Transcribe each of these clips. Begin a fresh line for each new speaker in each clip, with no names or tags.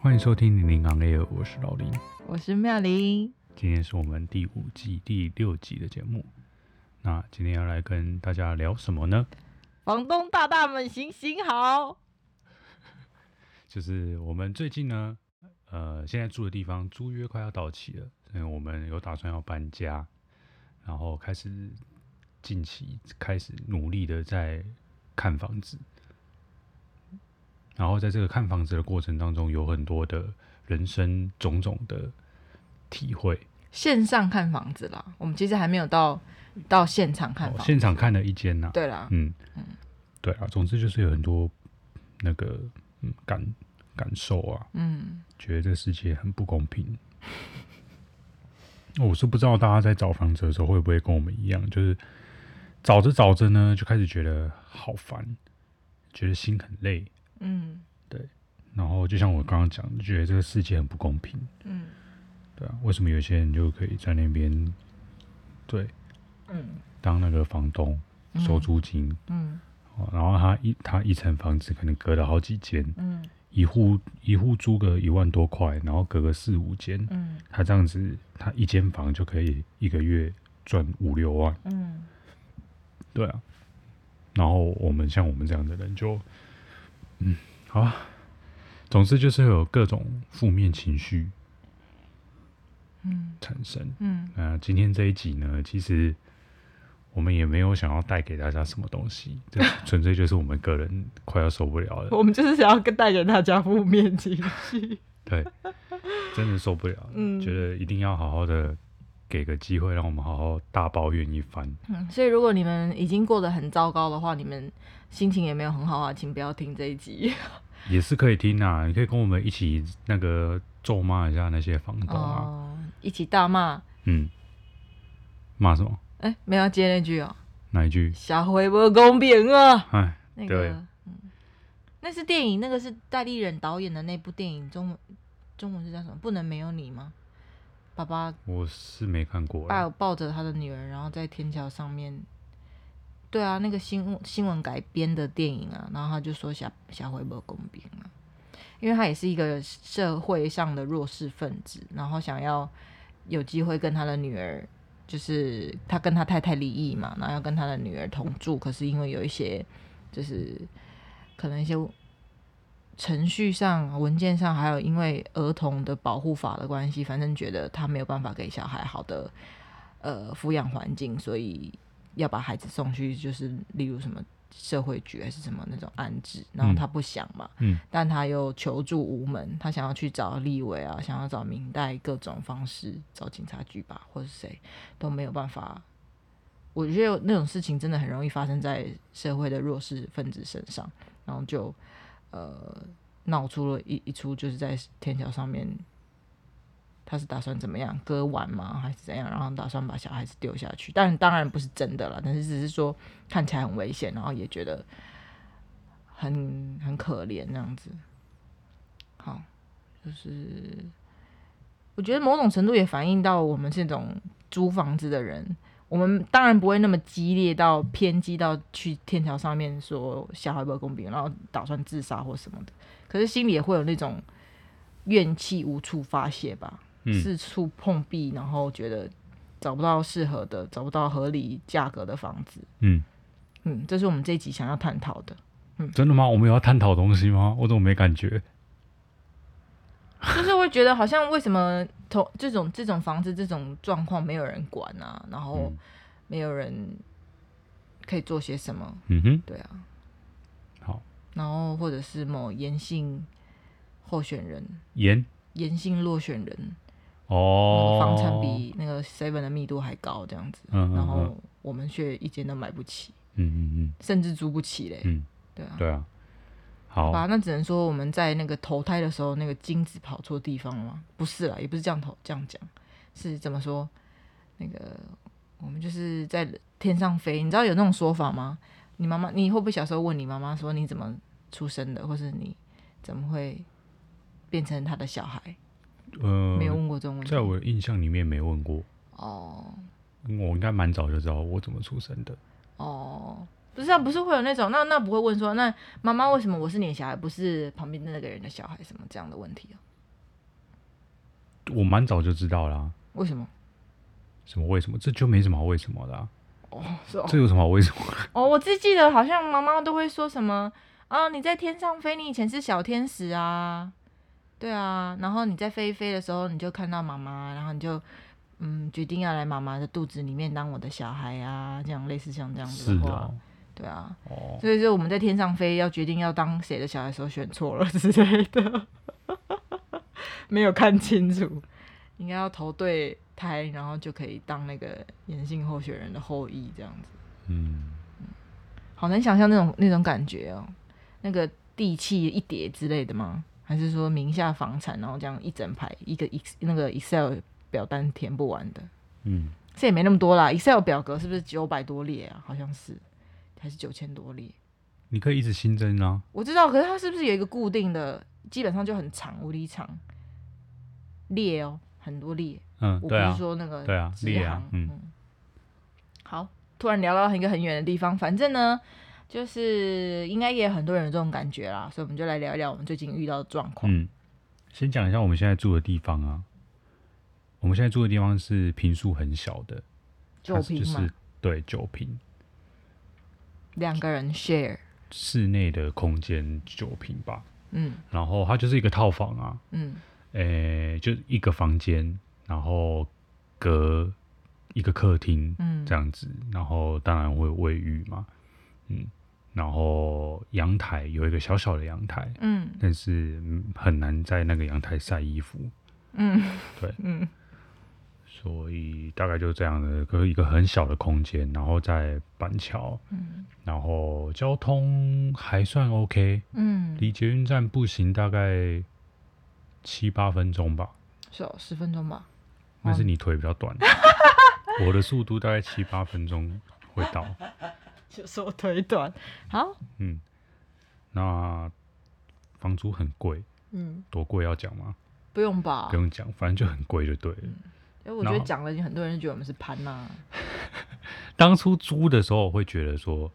欢迎收听零零 on air，我是老林。
我是妙玲。
今天是我们第五季第六集的节目。那今天要来跟大家聊什么呢？
房东大大们行行好，
就是我们最近呢，呃，现在住的地方租约快要到期了，所以我们有打算要搬家，然后开始近期开始努力的在看房子。然后在这个看房子的过程当中，有很多的人生种种的体会。
线上看房子啦，我们其实还没有到到现场看
哦
房子。
现场看了一间呐、
对啦，
嗯，对啊，总之就是有很多那个嗯感感受啊，
嗯，
觉得这个世界很不公平。我是不知道大家在找房子的时候会不会跟我们一样，就是找着找着呢，就开始觉得好烦，觉得心很累，
嗯
然后就像我刚刚讲，就觉得这个世界很不公平。
嗯
对啊，为什么有些人就可以在那边对
嗯
当那个房东收租金，
嗯
哦然后他一他一层房子可能隔了好几间，
嗯
一户一户租个一万多块，然后隔个四五间，
嗯
他这样子，他一间房就可以一个月赚五六万，
嗯
对啊。然后我们像我们这样的人就，嗯，好啊。总之就是有各种负面情绪
嗯
产生。
嗯，
那今天这一集呢，其实我们也没有想要带给大家什么东西，这 纯粹就是我们个人快要受不了了。
我们就是想要跟带给大家负面情绪。
对，真的受不了了，
嗯
觉得一定要好好的给个机会，让我们好好大抱怨一番。
嗯，所以如果你们已经过得很糟糕的话，你们心情也没有很好啊，请不要听这一集。
也是可以听啊，你可以跟我们一起那个咒骂一下那些房东啊，
哦，一起大骂。
嗯，骂什么？
哎、没有要接那句哦，
哪一句？
社会不公平啊！
哎，
那
对
个，嗯，那是电影，那个是戴立忍导演的那部电影，中文中文是叫什么？不能没有你吗？爸爸
我是没看过欸啦
抱抱着他的女儿，然后在天桥上面。对啊，那个新新闻改编的电影啊，然后他就说小小回不公平啊，因为他也是一个社会上的弱势分子，然后想要有机会跟他的女儿，就是他跟他太太离异嘛，然后要跟他的女儿同住，可是因为有一些就是可能一些程序上、文件上，还有因为儿童的保护法的关系，反正觉得他没有办法给小孩好的呃抚养环境，所以要把孩子送去，就是例如什么社会局还是什么那种安置，然后他不想嘛，
嗯
但他又求助无门，他想要去找立委啊，想要找明代各种方式，找警察局吧，或者谁都没有办法。我觉得那种事情真的很容易发生在社会的弱势分子身上，然后就呃闹出了一一出，就是在天桥上面，他是打算怎么样割腕吗，还是怎样？然后打算把小孩子丢下去，但当然不是真的啦，但是只是说看起来很危险，然后也觉得很很可怜那样子。好，就是我觉得某种程度也反映到我们这种租房子的人。我们当然不会那么激烈到偏激到去天桥上面说小孩不公平，然后打算自杀或什么的。可是心里也会有那种怨气无处发泄吧，
嗯
四处碰壁，然后觉得找不到适合的、找不到合理价格的房子。
嗯，
嗯，这是我们这一集想要探讨的，
真的吗？我们有要探讨东西吗？我怎么没感觉？
就是会觉得好像为什么同这种这种房子这种状况没有人管啊，然后
嗯
没有人可以做些什么，
嗯哼，
对啊，
好，
然后或者是某严姓候选人、
盐
严姓落选人，
哦，
那个房产比那个 seven 的密度还高这样子，
嗯嗯嗯
然后我们却一间都买不起，
嗯嗯嗯，
甚至租不起嘞，
嗯
对啊，
对啊，好，
吧，那只能说我们在那个投胎的时候，那个精子跑错地方了吗？不是啦，也不是这样投这样讲，是怎么说？那个我们就是在天上飞，你知道有那种说法吗？你妈妈，你会不会小时候问你妈妈说你怎么出生的，或是你怎么会变成她的小孩？
呃
没有问过这种问题
在我的印象里面没问过，
哦
我应该蛮早就知道我怎么出生的。
哦，不是啊，不是会有那种那那不会问说那妈妈为什么我是你的小孩，不是旁边的那个人的小孩什么这样的问题啊？
我蛮早就知道啦、
为什么？
什么为什么？这就没什么好为什么的啊、
哦，是哦，
这有什么好为什么？
哦，我只记得好像妈妈都会说什么啊，你在天上飞，你以前是小天使啊，对啊，然后你在飞一飞的时候，你就看到妈妈，然后你就嗯决定要来妈妈的肚子里面当我的小孩啊，这样类似像这样子
是
的话，
啊，
对啊，
哦，
所以就我们在天上飞要决定要当谁的小孩的时候选错了之类的， 没有看清楚，应该要投对胎，然后就可以当那个严姓候选人的后裔这样子。
嗯，
好难想象那种那种感觉哦，那个地契一叠之类的吗？还是说名下房产，然后这样一整排一个 ex 那个 Excel 表单填不完的？
嗯，
这也没那么多啦，Excel 表格是不是九百多列啊？好像是，还是九千多列？
你可以一直新增啊，
我知道，可是它是不是有一个固定的，基本上就很长，无敌长列哦，很多列。
嗯，
我不
对
是
啊，
说那个
对啊
支
列啊
行
嗯
好，突然聊到一个很远的地方，反正呢，就是应该也有很多人有这种感觉啦，所以我们就来聊一聊我们最近遇到的状况。
嗯，先讲一下我们现在住的地方啊，我们现在住的地方是平数很小的，
酒
它是
瓶
就
嘛，
是对酒瓶，
两个人 share，
室内的空间酒瓶吧，
嗯
然后它就是一个套房啊，
嗯
诶、就一个房间，然后隔一个客厅
嗯，
这样子，然后当然会有卫浴嘛，嗯，然后阳台有一个小小的阳台，
嗯
但是嗯很难在那个阳台晒衣服，
嗯嗯
所以大概就这样的，可是一个很小的空间，然后在板桥，
嗯
然后交通还算 OK，
嗯，
离捷运站步行大概七八分钟吧，
是哦，十分钟吧。
但
嗯
是你腿比较短，我的速度大概七八分钟会到，
就说腿短，好，
嗯，那房租很贵，
嗯，
多贵要讲吗？
不用吧
不？用讲，反正就很贵就对了。
因为我觉得
然后
讲了，很多人觉得我们是潘呐、
当初租的时候，我会觉得说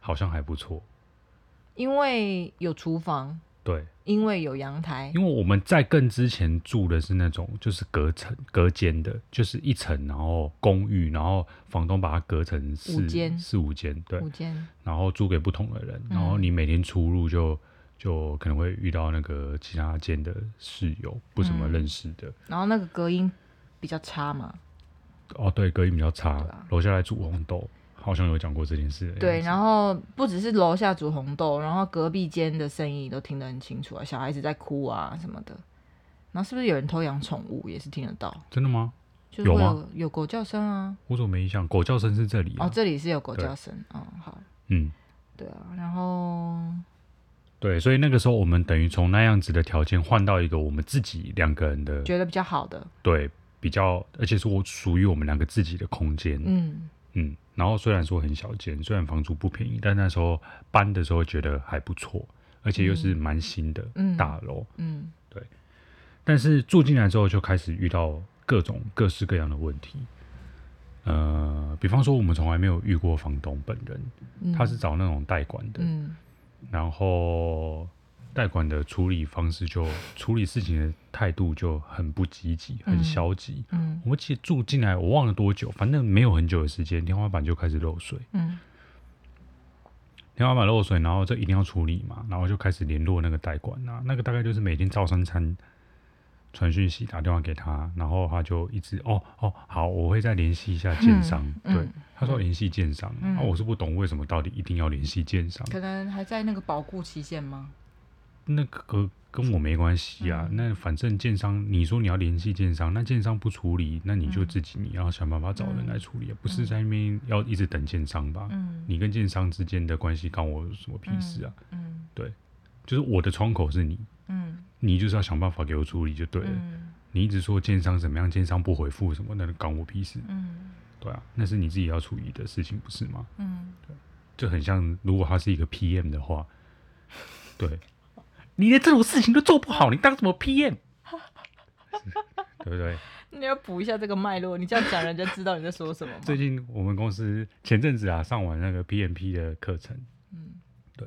好像还不错，
因为有厨房，
对，
因为有阳台，
因为我们在更之前住的是那种就是隔层隔间的，就是一层，然后公寓，然后房东把它隔成四
五间
四五间，对
五，间，
然后租给不同的人，
嗯
然后你每天出入就就可能会遇到那个其他间的室友，不怎么
嗯
认识的。
然后那个隔音比较差嘛，
哦，对，隔音比较差
对啊，
楼下来煮红豆，好像有讲过这件事的哎样子。
对，然后不只是楼下煮红豆，然后隔壁间的声音都听得很清楚啊，小孩子在哭啊什么的，然后是不是有人偷养宠物也是听得到，
真的吗？
就是会
有
有
吗
有狗叫声啊，
我怎么没印象？狗叫声是这里、啊。
哦，这里是有狗
对
叫声，哦，好，
嗯，
对啊，然后
对，所以那个时候我们等于从那样子的条件换到一个我们自己两个人的
觉得比较好的，
对，比较，而且是我属于我们两个自己的空间，嗯
嗯
然后虽然说很小间，虽然房租不便宜，但那时候搬的时候觉得还不错，而且又是蛮新的
嗯
大楼，
嗯
但是住进来之后就开始遇到各种各式各样的问题。呃，比方说我们从来没有遇过房东本人，
嗯，
他是找那种代管的，
嗯
然后贷款的处理方式就处理事情的态度就很不积极，很
嗯
消极。
嗯
我们其实住进来，我忘了多久，反正没有很久的时间，天花板就开始漏水。
嗯
天花板漏水，然后这一定要处理嘛，然后就开始联络那个代管啊，那个大概就是每天照三餐传讯息，打电话给他，然后他就一直哦哦好，我会再联系一下建商。
嗯
对
嗯，
他说联系建商，
嗯
啊，我是不懂为什么到底一定要联系建商，
可能还在那个保固期限吗？
那个跟我没关系啊。
嗯
那反正建商，你说你要联系建商，那建商不处理，那你就自己你要想办法找人来处理，啊，不是在那边要一直等建商吧？
嗯
你跟建商之间的关系干我什么屁事啊？
嗯
就是我的窗口是你，
嗯
你就是要想办法给我处理就对了。
嗯
你一直说建商怎么样，建商不回复什么，那干我屁事？
嗯
对啊，那是你自己要处理的事情，不是吗？
嗯，
就很像，如果他是一个 PM 的话，对，你连这种事情都做不好，你当什么 PM？对不对？
你要补一下这个脉络，你这样讲人家知道你在说什么吗？
最近我们公司前阵子啊，上完那个 PMP 的课程，
嗯
对，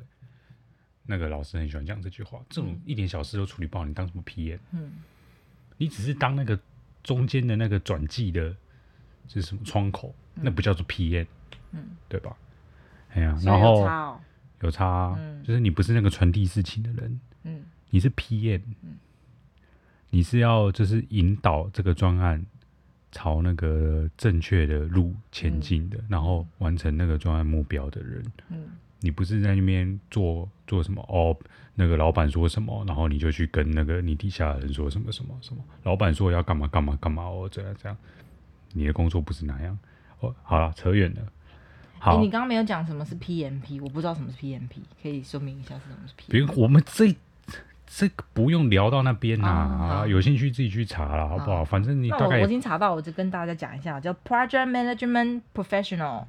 那个老师很喜欢讲这句话：这种一点小事都处理不好，你当什么 PM？
嗯
你只是当那个中间的那个转寄的，就是什么窗口，那不叫做 PM，
嗯，
对吧？哎呀、
所以
然
有
后
差哦
有差啊、
嗯
就是你不是那个传递事情的人，
嗯
你是 PM，、你是要就是引导这个专案朝那个正确的路前进的，然后完成那个专案目标的人。
嗯
你不是在那边做做什么哦？那个老板说什么，然后你就去跟那个你底下的人说什么什么什么。老板说要干嘛干嘛干嘛哦，这样这样。你的工作不是那样哦。好了，扯远了。
哎，
好
你，刚刚没有讲什么是 PMP，我不知道什么是 PMP，可以说明一下是什么是
别
PMP。
我们这这个不用聊到那边啦、
哦好
有兴趣自己去查啦，好不好？
好
反正你
那
大
哦我
概
我已
也
经查到，我就跟大家讲一下，叫 Project Management Professional，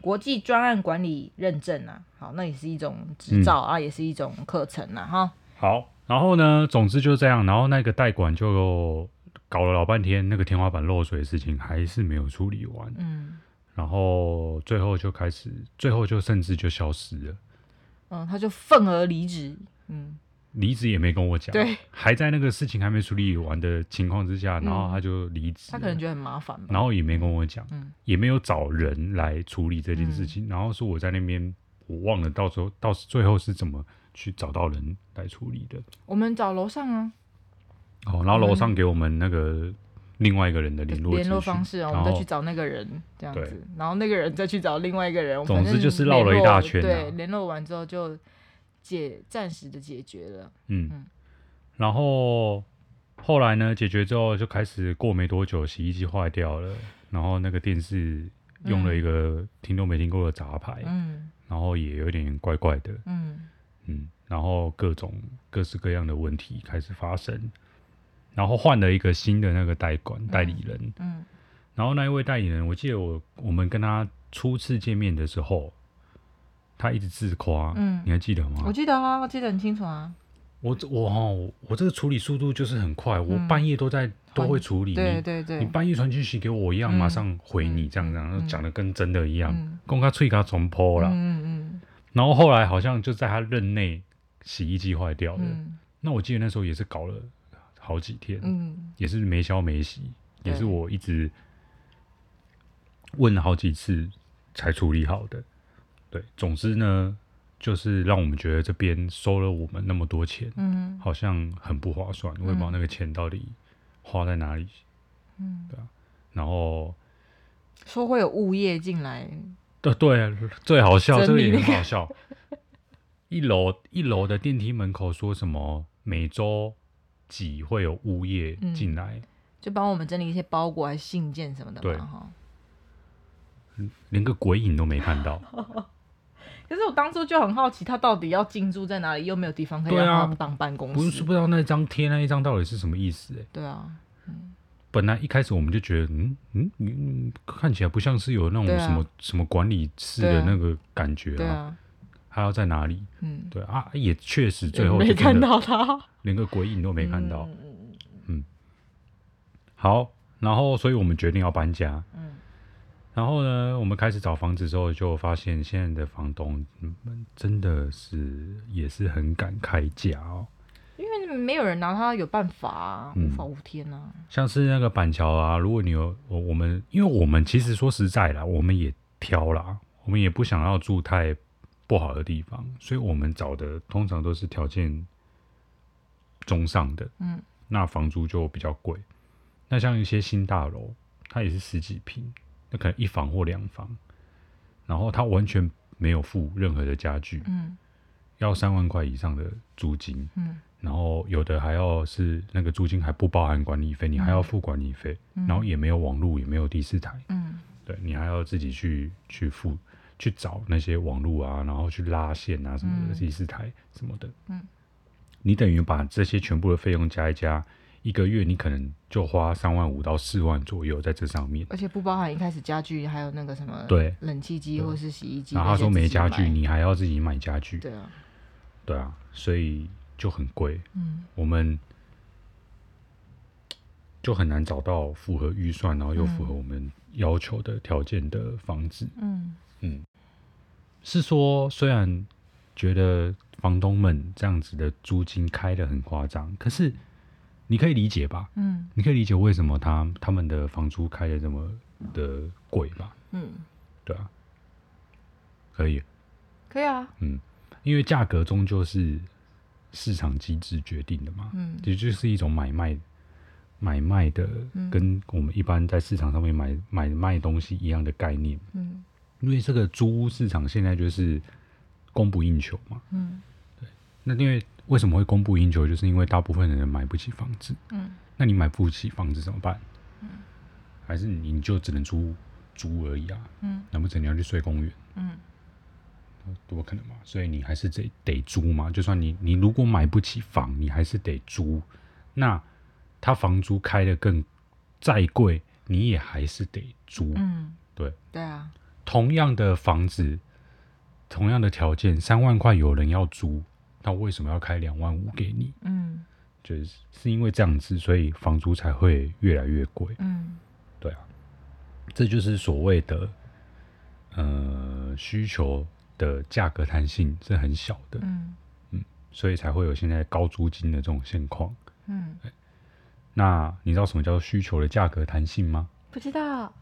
国际专案管理认证啊。好，那也是一种执照
嗯
啊，也是一种课程啊，哈。
好。然后呢，总之就这样。然后那个代管就搞了老半天，那个天花板漏水的事情还是没有处理完。
嗯
然后最后就开始，最后就甚至就消失了，
嗯，他就愤而离职。嗯
离职也没跟我讲，
对，
还在那个事情还没处理完的情况之下，然后他就离职了，
嗯他可能觉得很麻烦吧。
然后也没跟我讲，
嗯
也没有找人来处理这件事情，然后说我在那边，我忘了到时候到最后是怎么去找到人来处理的，
我们找楼上啊
哦，然后楼上给我们那个另外一个人的联络
联络
资讯
方式啊，我
然
们再
后
去找那个人这样
对
子，然后那个人再去找另外一个人。
总之
反正
就是绕了一大圈啊
联络对，联络完之后就解暂时的解决了。
嗯
嗯，
然后后来呢，解决之后就开始过没多久，洗衣机坏掉了，然后那个电视用了一个听都没听过的杂牌，
嗯
然后也有点怪怪的，
嗯
嗯，然后各种各式各样的问题开始发生，然后换了一个新的那个代管代理人，
嗯
然后那一位代理人，我记得我我们跟他初次见面的时候，他一直自夸，
嗯
你还记得吗？
我记得啊，我记得很清楚啊。
我这我哦，我这个处理速度就是很快，我
嗯
半夜都在都会处理。
对
你
对对，
你半夜传讯息给我，我一样
嗯
马上回你，
嗯
这样
嗯
这样
嗯
讲的跟真的一样，
嗯
公他脆他重破啦。
嗯嗯
然后后来好像就在他任内，洗衣机坏掉了。
嗯
那我记得那时候也是搞了好几天，
嗯
也是没消没息，
对
也是我一直问了好几次才处理好的。对，总之呢，就是让我们觉得这边收了我们那么多钱。
嗯
好像很不划算，我也不知道那个钱到底花在哪里。
嗯，
然后，
说会有物业进来，
对对，最好笑，这
整
个
理
也
那个
很好笑。一楼一楼的电梯门口说什么每周几会有物业进来，
就帮我们整理一些包裹还是信件什么的
对
嘛哈。
连个鬼影都没看到。
可是我当初就很好奇，他到底要进驻在哪里，又没有地方可以
对啊
让他们当办公
不是
室。
不知道那张贴那一张到底是什么意思、欸？
对啊，
本来一开始我们就觉得，嗯嗯嗯，看起来不像是有那种
对啊
什么、什么管理室的
对啊
那个感觉
对
啊，
啊，
它要在哪里？
嗯，
对啊，也确实最后
没
就真
看
的
到他，
连个鬼影都没看到。
嗯嗯嗯
好，然后所以我们决定要搬家。
嗯
然后呢，我们开始找房子之后，就发现现在的房东嗯真的是也是很敢开价哦，
因为没有人拿他有办法啊，
嗯
无法无天啊。
像是那个板桥啊，如果你有我我们，因为我们其实说实在啦，我们也挑啦，我们也不想要住太不好的地方，所以我们找的通常都是条件中上的，
嗯，
那房租就比较贵。那像一些新大楼，它也是十几平，那可能一房或两房，然后它完全没有附任何的家具，
嗯
要三万块以上的租金，
嗯
然后有的还要是那个租金还不包含管理费，你还要付管理费，然后也没有网络，也没有第四台，
嗯
对你还要自己去去付去找那些网络啊，然后去拉线啊什么的，
嗯
第四台什么的，
嗯，
你等于把这些全部的费用加一加，一个月你可能就花三万五到四万左右在这上面。
而且不包含一开始家具，还有那个什么
对
冷气机或是洗衣机那
然后
些自己买。
他说没家具，你还要自己买家具，
对啊，
对啊，所以就很贵。
嗯
我们就很难找到符合预算，然后又符合我们要求的条件的房子。
嗯
是说，虽然觉得房东们这样子的租金开的很夸张，可是你可以理解吧？
嗯
你可以理解为什么他他们的房租开的这么的贵吧？
嗯，
对啊，可以，
可以啊，
因为价格终究是市场机制决定的嘛，
嗯
也就是一种买卖买卖的，
嗯
跟我们一般在市场上面买买卖东西一样的概念。
嗯
因为这个租屋市场现在就是供不应求嘛，
嗯
那因为为什么会供不应求，就是因为大部分的人买不起房子，
嗯
那你买不起房子怎么办？还是你就只能租租而已啊？
嗯，
难不成你要去睡公园？
嗯
多可能嘛，所以你还是得得租嘛。就算你你如果买不起房，你还是得租。那他房租开的更再贵，你也还是得租。
嗯，
对，
对啊，
同样的房子，同样的条件，三万块有人要租，那为什么要开两万五给你？
嗯
就是是因为这样子，所以房租才会越来越贵。
嗯
对啊，这就是所谓的呃需求的价格弹性是很小的。
嗯
所以才会有现在高租金的这种现况。
嗯，
那你知道什么叫需求的价格弹性吗？
不知道，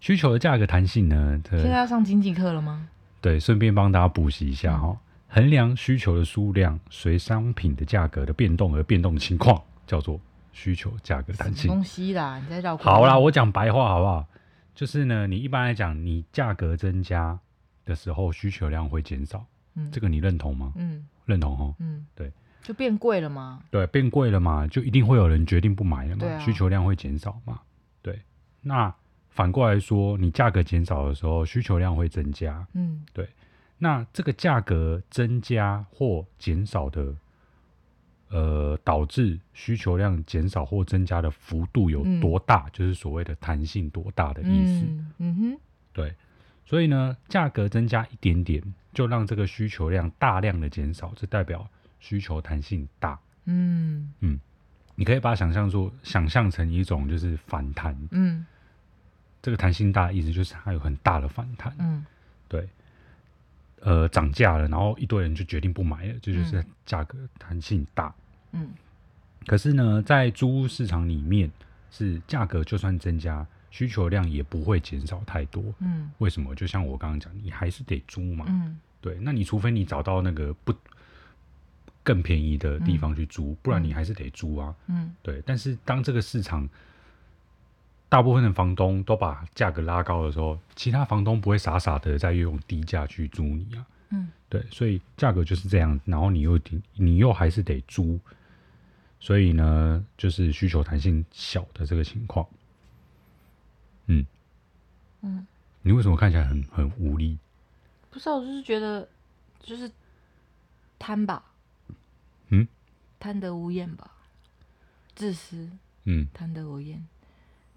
需求的价格弹性呢？
现在
呃，
要上经济课了吗？
对，顺便帮大家补习一下哈、衡量需求的数量随商品的价格的变动而变动情况，叫做需求价格弹
什么
性。
东西啦？你在绕口令啊
好啦，我讲白话好不好？就是呢，你一般来讲，你价格增加的时候，需求量会减少，
嗯
这个你认同吗？
嗯
认同哦。
嗯，
对，
就变贵了嘛。
对，变贵了嘛，就一定会有人决定不买了嘛，
对啊
需求量会减少嘛。对，那反过来说，你价格减少的时候，需求量会增加。
嗯
那这个价格增加或减少的，呃，导致需求量减少或增加的幅度有多大，就是所谓的弹性多大的意思。
嗯嗯哼
对，所以呢，价格增加一点点，就让这个需求量大量的减少，这代表需求弹性大。
嗯
你可以把它想象做想象成一种就是反弹，
嗯
这个弹性大的意思就是它有很大的反弹，
嗯
对，呃，涨价了，然后一堆人就决定不买了，这就是价格弹性大。
嗯
可是呢，在租屋市场里面，是价格就算增加，需求量也不会减少太多。
嗯
为什么？就像我刚刚讲，你还是得租嘛，
嗯
对，那你除非你找到那个不更便宜的地方去租，不然你还是得租啊。
嗯
对，但是当这个市场大部分的房东都把价格拉高的时候，其他房东不会傻傻的再用低价去租你啊。
嗯
对，所以价格就是这样，然后你又得你又还是得租，所以呢，就是需求弹性小的这个情况。嗯
嗯，
你为什么看起来很很无力？
不是啊，我就是觉得就是贪吧，
嗯，
贪得无厌吧，自私，
嗯
贪得无厌。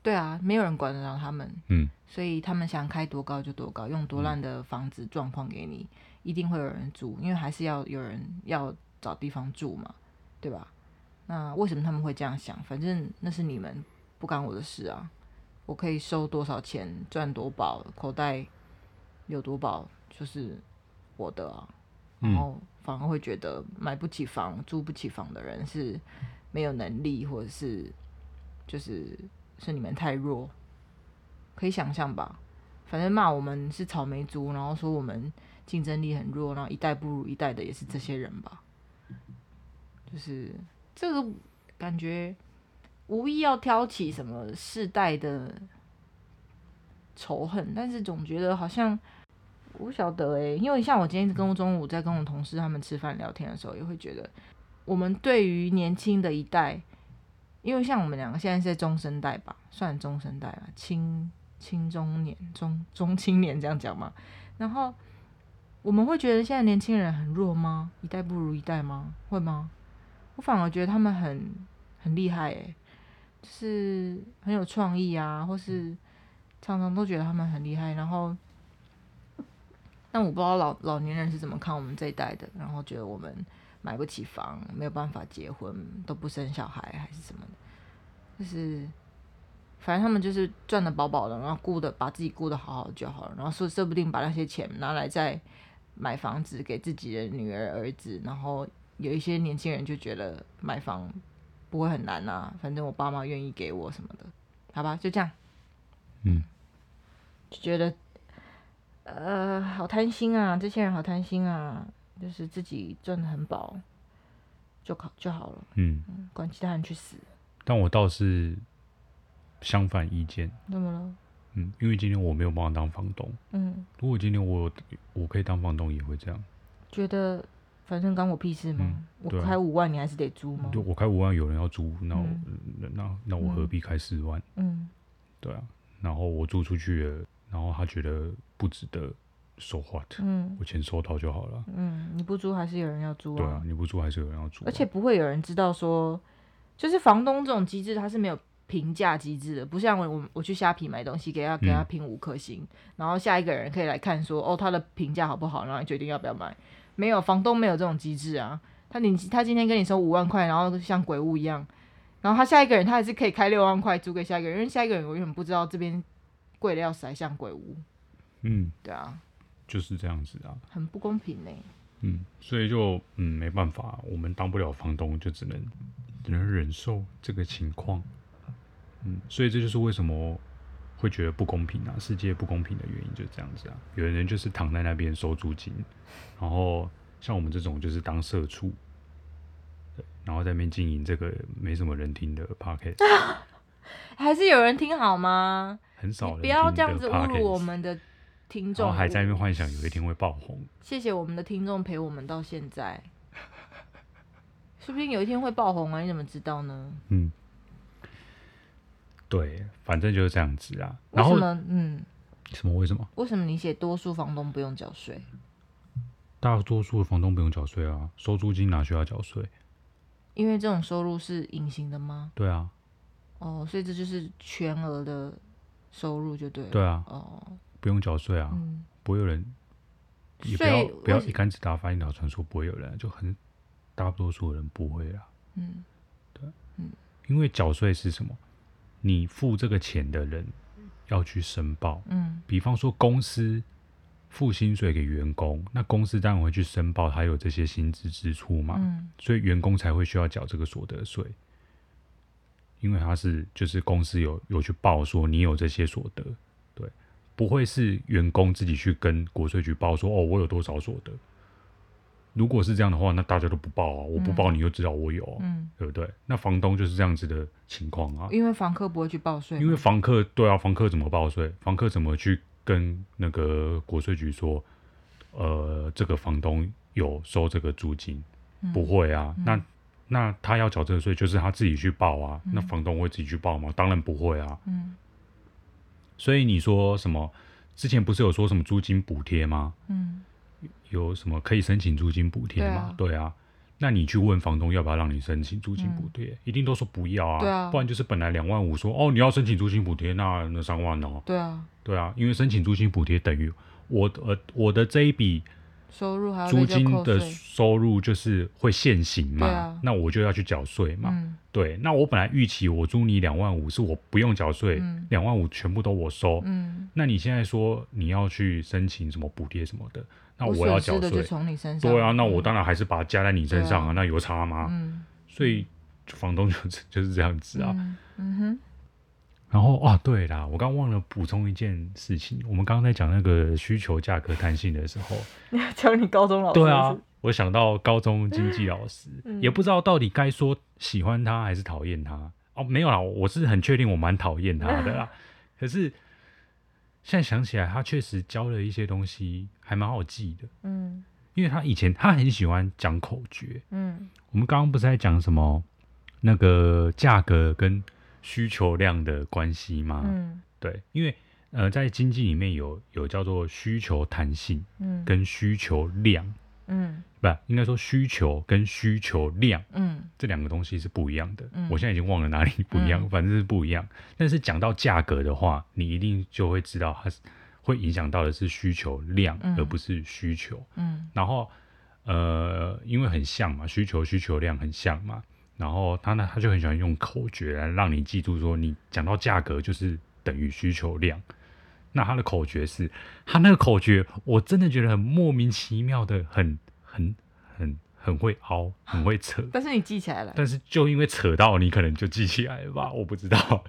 对啊，没有人管得了他们，
嗯
所以他们想开多高就多高，用多烂的房子状况给你，一定会有人住，因为还是要有人要找地方住嘛，对吧？那为什么他们会这样想？反正那是你们，不干我的事啊。我可以收多少钱，赚多饱，口袋有多饱就是我的啊。然后反而会觉得买不起房、租不起房的人是没有能力，或者是就是是你们太弱，可以想象吧。反正骂我们是草莓族，然后说我们竞争力很弱，然后一代不如一代的也是这些人吧。就是这个感觉，无意要挑起什么世代的仇恨，但是总觉得好像我不晓得哎、因为像我今天跟我中午在跟我同事他们吃饭聊天的时候，也会觉得我们对于年轻的一代，因为像我们两个现在是在中生代吧，算中生代吧，青青中年、中中青年这样讲嘛。然后我们会觉得现在年轻人很弱吗？一代不如一代吗？会吗？我反而觉得他们很很厉害诶、欸就是很有创意啊，或是常常都觉得他们很厉害，然后。但我不知道老老年人是怎么看我们这一代的，然后觉得我们买不起房，没有办法结婚，都不生小孩还是什么的，就是反正他们就是赚的饱饱的，然后顾的把自己顾得好好就好了，然后说说不定把那些钱拿来再买房子给自己的女儿儿子，然后有一些年轻人就觉得买房不会很难啊，反正我爸妈愿意给我什么的，好吧，就这样。
嗯，
就觉得，呃，好贪心啊，这些人好贪心啊，就是自己赚的很饱，就考就好了，
嗯，
管其他人去死。
但我倒是相反意见，
怎么了？
嗯，因为今天我没有办法当房东，
嗯，
如果今天我有我可以当房东，也会这样。
觉得反正关我屁事吗？
嗯对
我
啊
开五万，你还是得租吗
就？我开五万，有人要租，那我、那那那我何
嗯
必开四万？
嗯
对啊，然后我租出去了，然后他觉得不值得，so what？、
嗯
我钱收到就好了。
嗯，你不租还是有人要租
对啊，你不租还是有人要租啊、
而且不会有人知道说，就是房东这种机制它是没有评价机制的，不像我我我去虾皮买东西，给他给他
嗯
评五颗星，然后下一个人可以来看说哦他的评价好不好，然后你决定要不要买。没有房东没有这种机制啊，他你他今天跟你收五万块，然后像鬼屋一样，然后他下一个人他还是可以开六万块租给下一个人，因为下一个人我永远不知道这边贵的要死，还像鬼屋，
嗯，
对啊，
就是这样子啊，
很不公平呢、欸
嗯，所以就嗯没办法，我们当不了房东，就只能只能忍受这个情况。嗯，所以这就是为什么会觉得不公平啊，世界不公平的原因就是这样子啊。有的人就是躺在那边收租金，然后像我们这种就是当社畜，对，然后在那边经营这个没什么人听的 p o c k e t
还是有人听好吗？
很少
你
人
不要
听
这样
的
子
p o c
侮
k e t
辱我们的听
然
众，
后哦还在那边幻想有一天会爆红。
谢谢我们的听众陪我们到现在，说不定有一天会爆红啊！你怎么知道呢？
嗯，对，反正就是这样子啊。
为
然后
什么？嗯，
什么？为什么？
为什么你写多数房东不用缴税？
大多数的房东不用缴税啊，收租金哪需要缴税？
因为这种收入是隐形的吗？
对啊，
哦，所以这就是全额的收入就对了。
对啊，
哦，
不用缴税啊，
嗯，
不会有人，也不要
税
不要
为
一竿子打翻一条船，说不会有人，就很大多数人不会啊，
嗯
因为缴税是什么？你付这个钱的人要去申报，
嗯
比方说公司付薪水给员工，那公司当然会去申报他有这些薪资支出嘛，
嗯
所以员工才会需要缴这个所得税，因为他是就是公司有有去报说你有这些所得，对，不会是员工自己去跟国税局报说哦我有多少所得。如果是这样的话，那大家都不报啊，我不报你就知道我有、啊，
嗯，
对不对？那房东就是这样子的情况啊，
因为房客不会去报税嘛，
因为房客对啊，房客怎么报税？房客怎么去跟那个国税局说，呃，这个房东有收这个租金？
嗯
不会啊，那那他要缴这个税，就是他自己去报啊。那房东会自己去报吗？当然不会啊。
嗯
所以你说什么？之前不是有说什么租金补贴吗？
嗯
有什么可以申请租金补贴吗？对啊。那你去问房东要不要让你申请租金补贴，一定都说不要啊，
嗯对啊
不然就是本来两万五说哦你要申请租金补贴，那那三万哦，
对啊，
对啊，因为申请租金补贴等于我呃我的这一笔
收入还要
租
被
金
啊扣
的
税，
收入就是会现行嘛，
对啊
那我就要去缴税嘛。
嗯
对，那我本来预期我租你两万五是我不用缴税，
嗯
两、万五全部都我收。
嗯，
那你现在说你要去申请什么补贴什么的，那
我
我要
损
缴
失的就
税。
从你身上。
对啊，那我
嗯
当然还是把它加在你身上啊，
对啊
那有差吗？
嗯
所以房东就是 就是这样子啊。
嗯嗯哼。
然后啊，对啦，我刚忘了补充一件事情，我们刚刚在讲那个需求价格弹性的时候，
教 你高中老师。
对啊，，我想到高中经济老师，也不知道到底该说喜欢他还是讨厌他。哦，没有啦，我是很确定我蛮讨厌他的啦。可是现在想起来，他确实教了一些东西，还蛮好记的。
嗯
因为他以前他很喜欢讲口诀，
嗯
我们刚刚不是在讲什么那个价格跟需求量的关系吗？
嗯
对，因为呃，在经济里面有有叫做需求弹性
嗯
跟需求量，
嗯
不应该说需求跟需求量
嗯
这两个东西是不一样的。
嗯
我现在已经忘了哪里不一样，
嗯
反正是不一样。但是讲到价格的话，你一定就会知道它是会影响到的是需求量，
嗯
而不是需求。
嗯，
然后呃，因为很像嘛，需求需求量很像嘛，然后他呢他就很喜欢用口诀来让你记住说，你讲到价格就是等于需求量。那他的口诀是，他那个口诀我真的觉得很莫名其妙的，很很很很会凹，很会扯
但是你记起来了，
但是就因为扯到你，可能就记起来了吧？我不知道，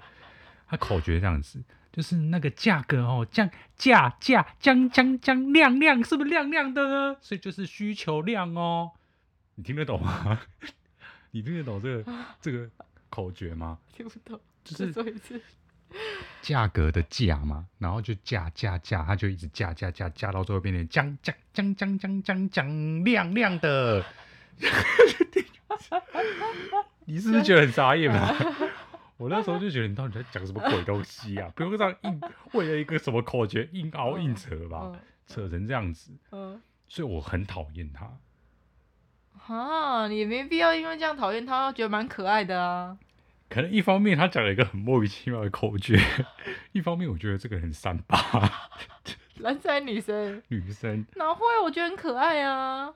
他口诀这样子，就是那个价格哦，降价价将将将亮亮，是不是亮亮的呢？所以就是需求量哦，你听得懂吗？ 你听得懂这个这个口诀吗？
听不懂，
就是
再说一次。
价格的价嘛，然后就价价价，它就一直价价价价到最后变成将将将将将将将亮亮的。你是不是觉得很傻眼啊？我那时候就觉得你到底在讲什么鬼东西啊？不用这样硬为了一个什么口诀硬凹硬扯吧，
嗯
扯成这样子，
嗯，
所以我很讨厌他。
啊，你也没必要因为这样讨厌他，觉得蛮可爱的啊。
可能一方面他讲了一个很莫名其妙的口诀，一方面我觉得这个人很三八
男生还是女生
女生。
哪会？我觉得很可爱啊。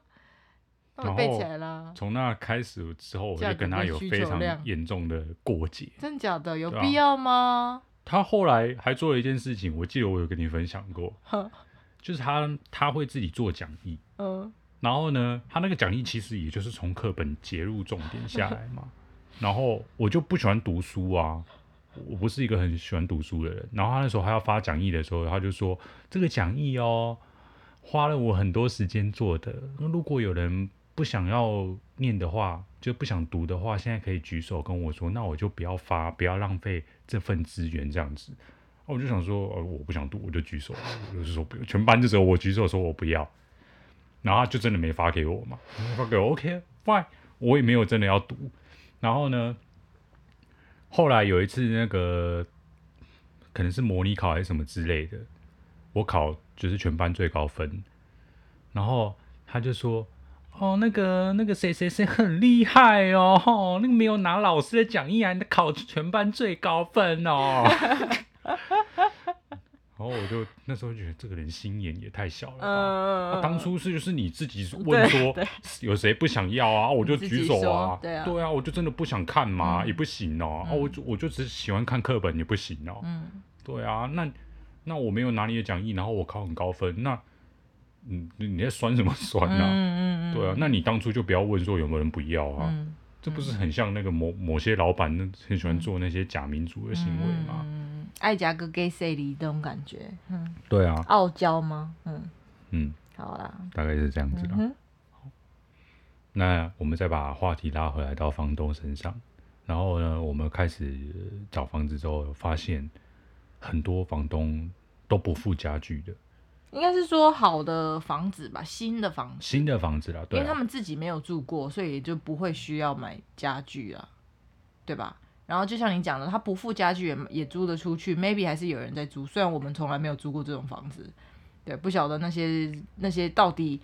那
然
我
后
背起来啦，
从那开始之后，我
价
就
格
跟他
跟
有
需
非
求
常
量
严重的过节。
真假的？有
对啊
必要吗？
他后来还做了一件事情，我记得我有跟你分享过，
哼
就是他他会自己做讲义，
嗯，
然后呢，他那个讲义其实也就是从课本截入重点下来嘛。然后我就不喜欢读书啊，我不是一个很喜欢读书的人。然后他那时候他要发讲义的时候，他就说这个讲义哦，花了我很多时间做的。那如果有人不想要念的话，就不想读的话，现在可以举手跟我说，那我就不要发，不要浪费这份资源这样子。啊我就想说，呃，我不想读，我就举手啊，我就说不，全班就只有我举手说我不要，然后他就真的没发给我嘛，没发给我，OK fine，我也没有真的要读。然后呢，后来有一次那个可能是模拟考还是什么之类的，我考就是全班最高分，然后他就说。哦，那个那个谁谁谁很厉害哦，哦那 个没有拿老师的讲义啊，你的考全班最高分哦。然后我就那时候就觉得这个人心眼也太小了吧。啊
呃，
当初是就是你自己问 说有谁不想要啊，我就举手
你自
啊
己说，对啊
我就真的不想看嘛，
嗯
也不行哦，啊，
嗯
我就我就只喜欢看课本也不行哦，
嗯，
对啊，那那我没有拿你的讲义，然后我考很高分，那你你你在酸什么酸
嗯
啊？
嗯嗯，
对啊，那你当初就不要问说有没有人不要啊，
嗯，
这不是很像那个某某些老板那很喜欢做那些假民主的行为吗？
嗯，爱夹个 gay 谁离这种感觉，嗯，
对啊，
傲娇吗？嗯，
嗯，
好啦，
大概是这样子啦。
嗯
那我们再把话题拉回来到房东身上，然后呢，我们开始呃找房子之后，发现很多房东都不附家具的，
应该是说好的房子吧，新的房子，
新的房子啦，
因
对
为他
啊，
们自己没有住过，所以也就不会需要买家具啊，对吧？然后就像你讲的，他不付家具也也租得出去，maybe 还是有人在租。虽然我们从来没有租过这种房子，对，不晓得那些那些到底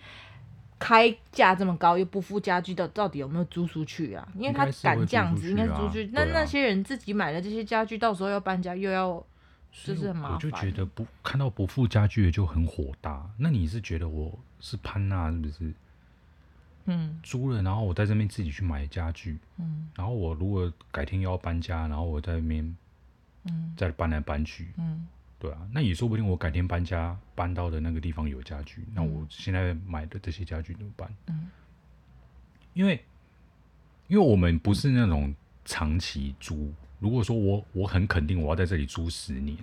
开价这么高又不付家具的，到底有没有租出去啊？因为
应
他
该是会
敢这样子，
租
应
出去啊
该是租出去。那
对啊
那些人自己买了这些家具，到时候要搬家又要
所以
就是很麻
我就
烦
觉得不看到不附家具的就很火大。那你是觉得我是潘娜是不是？
嗯
租了，然后我在这边自己去买家具，
嗯
然后我如果改天要搬家，然后我在那边
嗯
再搬来搬去，
嗯
对啊，那也说不定我改天搬家搬到的那个地方有家具，那我现在买的这些家具怎么办？
嗯，
因为因为我们不是那种长期租，如果说我我很肯定我要在这里租十年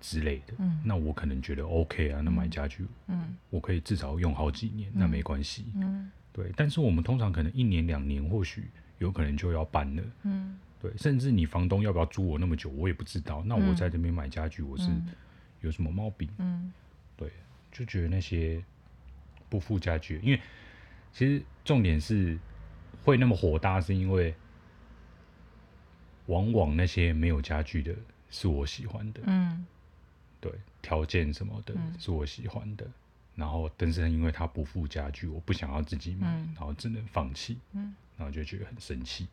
之类的，
嗯
那我可能觉得 OK 啊，那买家具
嗯
我可以至少用好几年，那没关系，
嗯
对。但是我们通常可能一年两年，或许有可能就要搬了。
嗯，
对，甚至你房东要不要租我那么久，我也不知道。那我
嗯
在这边买家具，我
不
是有什么毛病？
嗯
就觉得那些不附家具，因为其实重点是会那么火大，是因为往往那些没有家具的是我喜欢的，
嗯
对条件什么的
嗯
是我喜欢的，然后但是因为它不附家具，我不想要自己买，
嗯
然后只能放弃，
嗯。
然后就觉得很生气。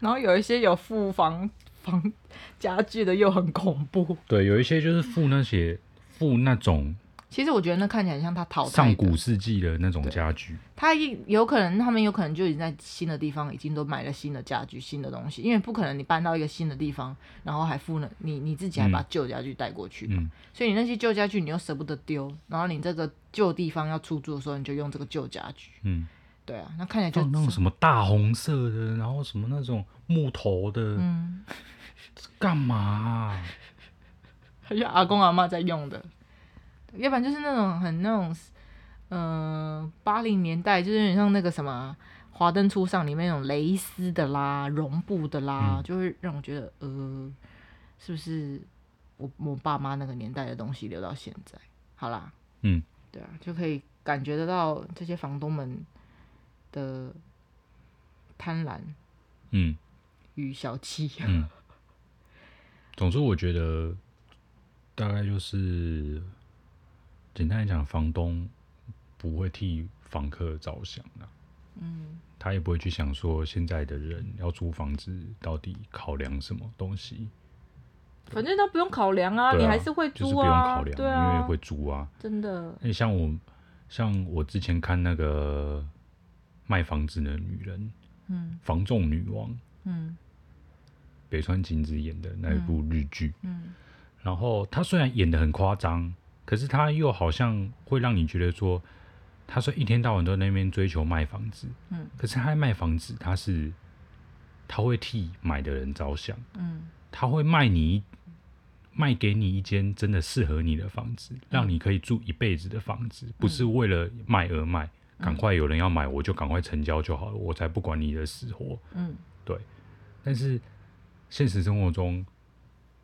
然后有一些有附房房家具的又很恐怖，
对，有一些就是附那些附那种
其实我觉得那看起来很像他淘汰
上
的
古，世纪的那种
对
家具，
他一有可能他们有可能就已经在新的地方已经都买了新的家具、新的东西，因为不可能你搬到一个新的地方，然后还付了你你自己还把旧家具带过去嘛，
嗯
所以你那些旧家具你又舍不得丢，然后你这个旧地方要出租的时候，你就用这个旧家具，
嗯，
对啊，那看起来就
放哦那种什么大红色的，然后什么那种木头的，
嗯，
干嘛啊？
还有阿公阿妈在用的，要不然就是那种很那种，呃，八零年代就是有点像那个什么《华灯初上》里面那种蕾丝的啦、绒布的啦，
嗯
就会让我觉得呃，是不是我我爸妈那个年代的东西留到现在？好啦，
嗯，
对啊，就可以感觉得到这些房东们的贪婪
嗯
与小气。啊
嗯。总之，我觉得大概就是简单来讲，房东不会替房客着想的、
嗯
他也不会去想说现在的人要租房子到底考量什么东西，
反正都不用考量啊，
对
你
啊
还是会
就是
租
不用考
啊，
量，
对啊，
因为会租啊。
真的，
那像我，像我之前看那个卖房子的女人，
嗯
房仲女王
嗯
北川景子演的那一部日剧，
嗯
然后她虽然演的很夸张，可是她又好像会让你觉得说，她说一天到晚都在那边追求卖房子，
嗯
可是她在卖房子，她是她会替买的人着想，
嗯
她会卖你卖给你一间真的适合你的房子，
嗯
让你可以住一辈子的房子，不是为了卖而卖，
嗯
赶快有人要买我就赶快成交就好了，我才不管你的死活。
嗯
但是现实生活中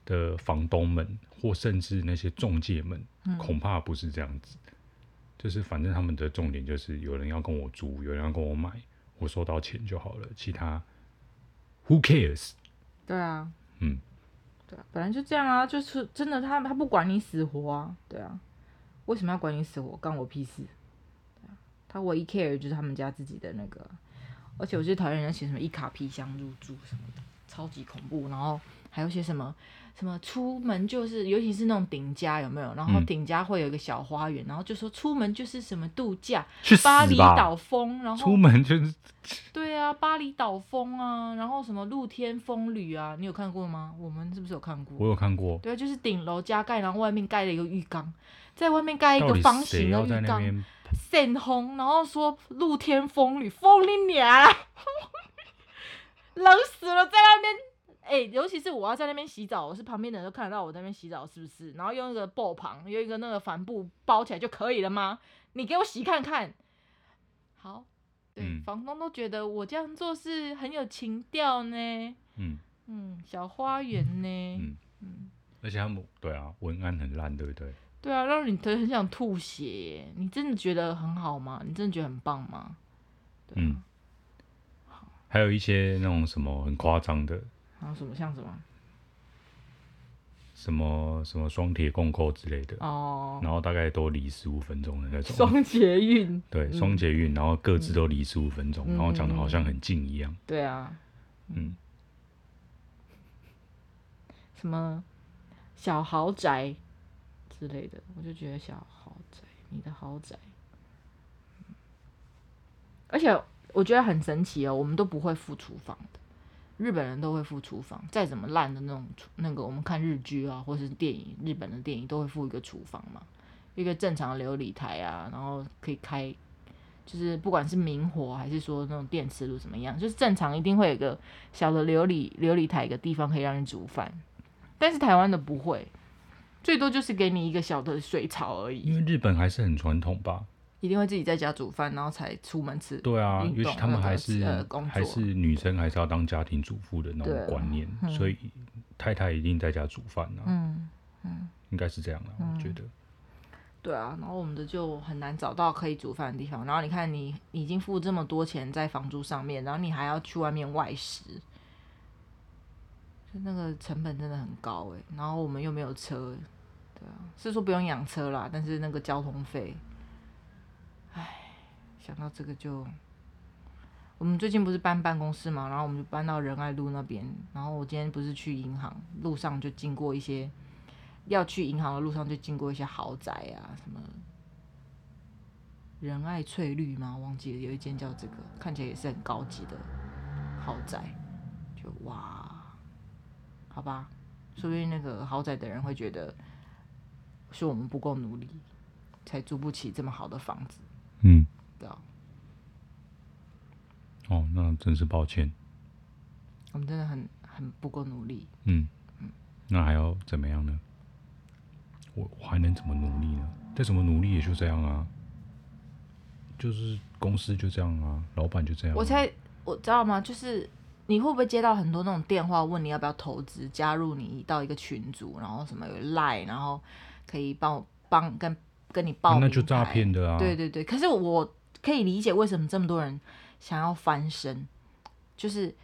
的房东们，或甚至那些中介们，
嗯
恐怕不是这样子。就是反正他们的重点就是有人要跟我租，有人要跟我买，我收到钱就好了，其他 who cares？
对啊，
嗯，
对啊，本来就这样啊，就是真的他他不管你死活啊，对啊，为什么要管你死活，干我屁事？对啊，他唯一 care 就是他们家自己的那个，而且我最讨厌人家写什么一卡皮箱入住什么的，超级恐怖，然后还有写什么。什么出门就是，尤其是那种顶家有没有？然后
嗯
顶家会有一个小花园，然后就说出门就是什么度假，
去死
巴厘
吧！
岛风，然后
出门就是
对啊，巴厘岛风啊，然后什么露天风旅啊，你有看过吗？我们是不是有看
我
过？
有看过，
对啊，就是顶楼加盖，然后外面盖了一个浴缸，在外面盖一
到
个
底
方
谁
形的
要在
浴
那
缸，
边？
扇风，然后说露天风旅，风你娘，冷死了，在那边。哎、尤其是我要在那边洗澡，我是旁边的人都看得到我在那边洗澡，是不是？然后用一个布旁，用一个那个帆布包起来就可以了吗？你给我洗看看。好，对，
嗯
房东都觉得我这样做是很有情调呢，
嗯，
嗯，小花园呢，
嗯
嗯，
而且他们对啊，文案很烂，对不对？
对啊，让你很想吐血耶。你真的觉得很好吗？你真的觉得很棒吗？对啊
嗯还有一些那种什么很夸张的，
然后什么像什么
什么什么双铁共构之类的，
哦，
然后大概都离十五分钟的那种。
双捷运，
对，
嗯
双捷运，然后各自都离十五分钟，
嗯
然后讲的好像很近一样。
对啊，
嗯，
什么小豪宅之类的，我就觉得小豪宅，你的豪宅，嗯而且我觉得很神奇哦，我们都不会付厨房的，日本人都会付厨房，再怎么烂的那种厨那个，我们看日剧啊，或是电影，日本的电影都会付一个厨房嘛，一个正常的琉璃台啊，然后可以开。就是不管是明火还是说那种电磁炉怎么样，就是正常一定会有一个小的琉璃琉璃台一个地方可以让你煮饭，但是台湾的不会，最多就是给你一个小的水槽而
因
已，
为日本还是很传统吧？
一定会自己在家煮饭，然后才出门吃。
对啊，
运
尤
动
其他们还是、
呃工作
还是女生还是要当家庭主妇的那
对啊
种观念，
嗯
所以太太一定在家煮饭啊，
嗯，
应该是这样啦，我觉得。
对啊，然后我们的就很难找到可以煮饭的地方。然后你看你，你已经付这么多钱在房租上面，然后你还要去外面外食，就那个成本真的很高哎、然后我们又没有车，对啊，是说不用养车啦，但是那个交通费，唉，想到这个就，我们最近不是搬办公室嘛，然后我们就搬到仁爱路那边。然后我今天不是去银行，路上就经过一些要去银行的路上就经过一些豪宅啊，什么仁爱翠绿吗？忘记了，有一间叫这个，看起来也是很高级的豪宅，就哇，好吧，说不定那个豪宅的人会觉得是我们不够努力，才租不起这么好的房子，
嗯，
对啊，
哦，那真是抱歉，
我们真的很很不够努力，
嗯，那还要怎么样呢？我我还能怎么努力呢？再怎么努力也就这样啊，就是公司就这样啊，老板就这样啊、
我才我知道吗？就是你会不会接到很多那种电话，问你要不要投资，加入你到一个群组，然后什么有 Line，然后可以帮我帮跟跟你报、
啊那就诈骗、的啊，
对对对，可是我可以理解为什么这么多人想要翻身，就是。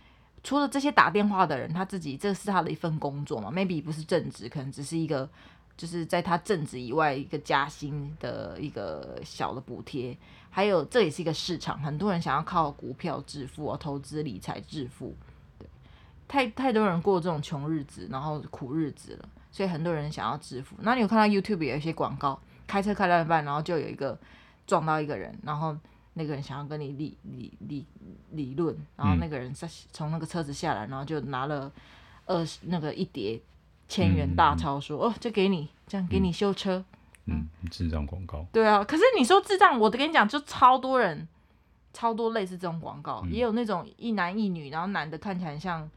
除了这些打电话的人，他自己这是他的一份工作嘛？maybe 不是正职，可能只是一个，就是在他正职以外一个加薪的一个小的补贴。还有这也是一个市场，很多人想要靠股票致富啊，投资理财致富。对，太太多人过这种穷日子，然后苦日子了，所以很多人想要致富。那你有看到 YouTube 有一些广告，开车开到一半，然后就有一个撞到一个人，然后那个人想要跟你理理理理论，然后那个人在从那个车子下来，然后就拿了二十那个一叠千元大钞，说、哦，这给你，这样给你修车。
嗯，智障广告，
对啊，可是你说智障，我跟你讲，就超多人，超多类似这种广告，也有那种一男一女，然后男的看起来很像，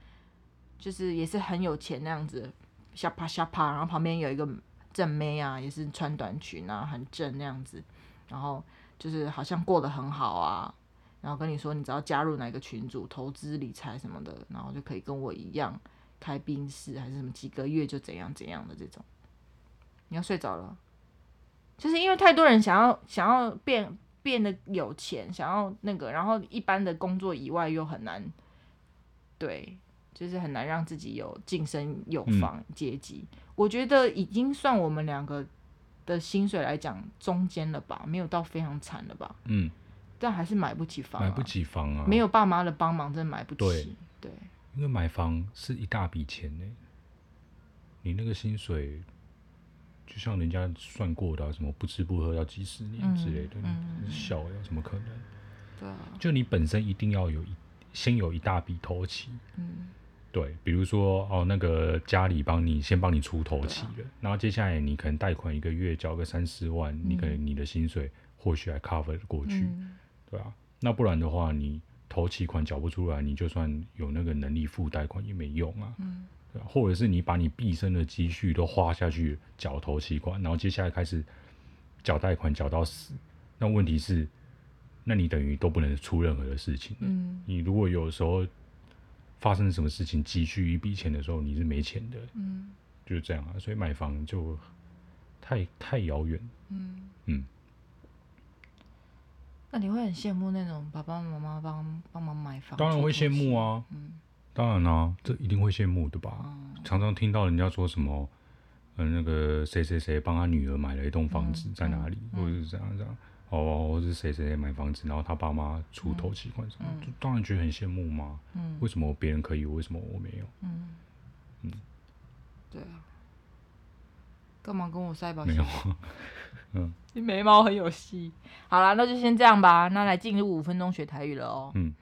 就是也是很有钱那样子，下趴下趴，然后旁边有一个正妹啊，也是穿短裙啊，很正那样子，然后就是好像过得很好啊，然后跟你说你只要加入哪个群组，投资理财什么的，然后就可以跟我一样开宾室还是什么几个月就怎样怎样的这种，你要睡着了。就是因为太多人想要想要变变得有钱，想要那个，然后一般的工作以外又很难，对，就是很难让自己有晋升有房
嗯
阶级。我觉得已经算我们两个的薪水来讲中间了吧，没有到非常惨了吧，
嗯，
但还是买不起房、啊，
买不，起房啊，
没有爸妈的帮忙，真的买不起
对。
对，
因为买房是一大笔钱呢、你那个薪水，就像人家算过的、啊，什么不吃不喝要几十年之类的，
嗯
你小呀，怎么可能？
对啊，
就你本身一定要有一先有一大笔头期，
嗯，
对，比如说哦，那个家里帮你先帮你出头期了，然后接下来你可能贷款一个月交个三四万，你可能你的薪水或许还 cover 得过去，
嗯
对啊，那不然的话，你头期款缴不出来，你就算有那个能力付贷款也没用啊。
嗯
对啊或者是你把你毕生的积蓄都花下去缴头期款，然后接下来开始缴贷款缴到死，那问题是，那你等于都不能出任何的事情。
嗯
你如果有时候发生什么事情急需一笔钱的时候，你是没钱的，
嗯
就是这样啊。所以买房就太太遥远，
嗯。
嗯。
那你会很羡慕那种爸爸妈妈帮帮忙买房？
当然会羡慕
啊！
啊，
嗯
当然啦、啊这一定会羡慕的吧？
嗯
常常听到人家说什么，呃，那个谁谁谁帮他女儿买了一栋房子
嗯
在哪里，
嗯
或者是这样这样，哦，或者是谁谁谁买房子，然后他爸妈出头期款什么，
嗯
就当然觉得很羡慕嘛。
嗯
为什么别人可以，为什么我没有？
嗯，对啊，干嘛跟我塞保
没
险
有？
你眉毛很有戏。好啦，那就先这样吧。那来进入五分钟学台语了哦。
嗯，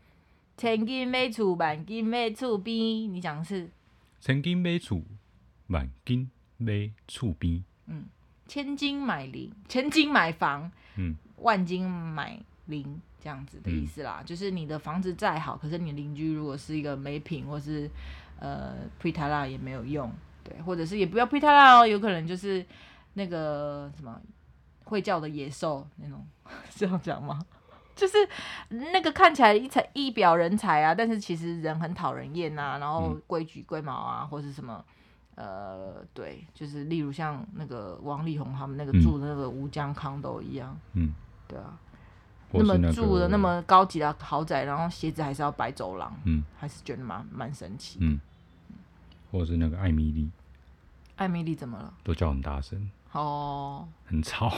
千金买厝，万金买厝边。你讲的是
千金买厝，万金买厝边，
千金买邻，千金买房，
嗯，
万金买邻这样子的意思啦。就是你的房子再好，可是你邻居如果是一个没品或是呃 p r e t a l a 也没有用，对，或者是也不要 p r e t a l a 哦，有可能就是那个什么会叫的野兽那种， 是这样讲吗？就是那个看起来一才一表人才啊，但是其实人很讨人厌啊，然后规矩龟毛啊，或是什么。呃，对，就是例如像那个王力宏他们那个
嗯
住的那个吴江康都一样，
嗯，
对啊，
或是那
那么
个
住的那么高级的豪宅，然后鞋子还是要摆走廊，
嗯
还是觉得蛮蛮神奇。
嗯，或者是那个艾米丽，
艾米丽怎么了？
都叫很大声，
哦，
很吵。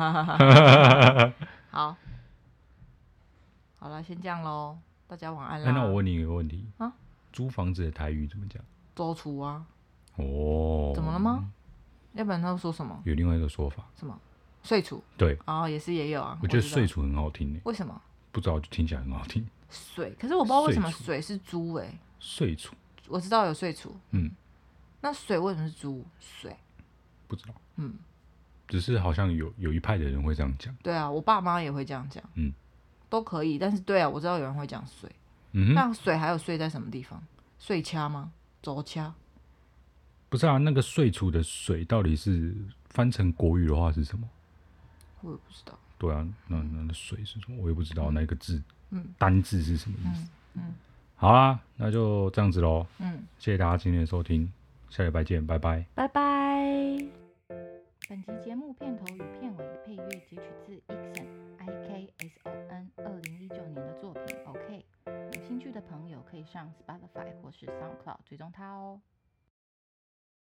哎
好，好了，先这样喽，大家晚安啦。
哎，那我问你一个问题
啊，
租房子的台语怎么讲？
周厨啊，
哦，
怎么了吗？要不然他说什么
有另外一个说法，
什么睡处？
对
哦，也是也有啊。
我觉得
知道
睡处很好听诶，
为什么
不知道就听起来很好听。
水？可是我不知道为什么
睡处
水是猪哎、
睡处，
我知道有睡处，
嗯，
那水为什么是猪水？
不知道，
嗯，
只是好像有有一派的人会这样讲，
对啊，我爸妈也会这样讲，
嗯，
都可以。但是对啊，我知道有人会讲水，
嗯哼，
那水还有睡在什么地方？睡掐吗？轴掐？
不是啊，那个睡处的水到底是翻成国语的话是什么？
我也不知道。
对啊，那那那水是什么？我也不知道那个字，
嗯，
单字是什么意思。
嗯嗯
好啊，那就这样子喽，
嗯，
谢谢大家今天的收听，下礼拜见，拜拜。
拜拜。
本集节目片头与片尾的配乐截取自 Ixon I K S O N 二零一九年的作品 OK。有兴趣的朋友可以上 Spotify 或是 SoundCloud 追踪他哦。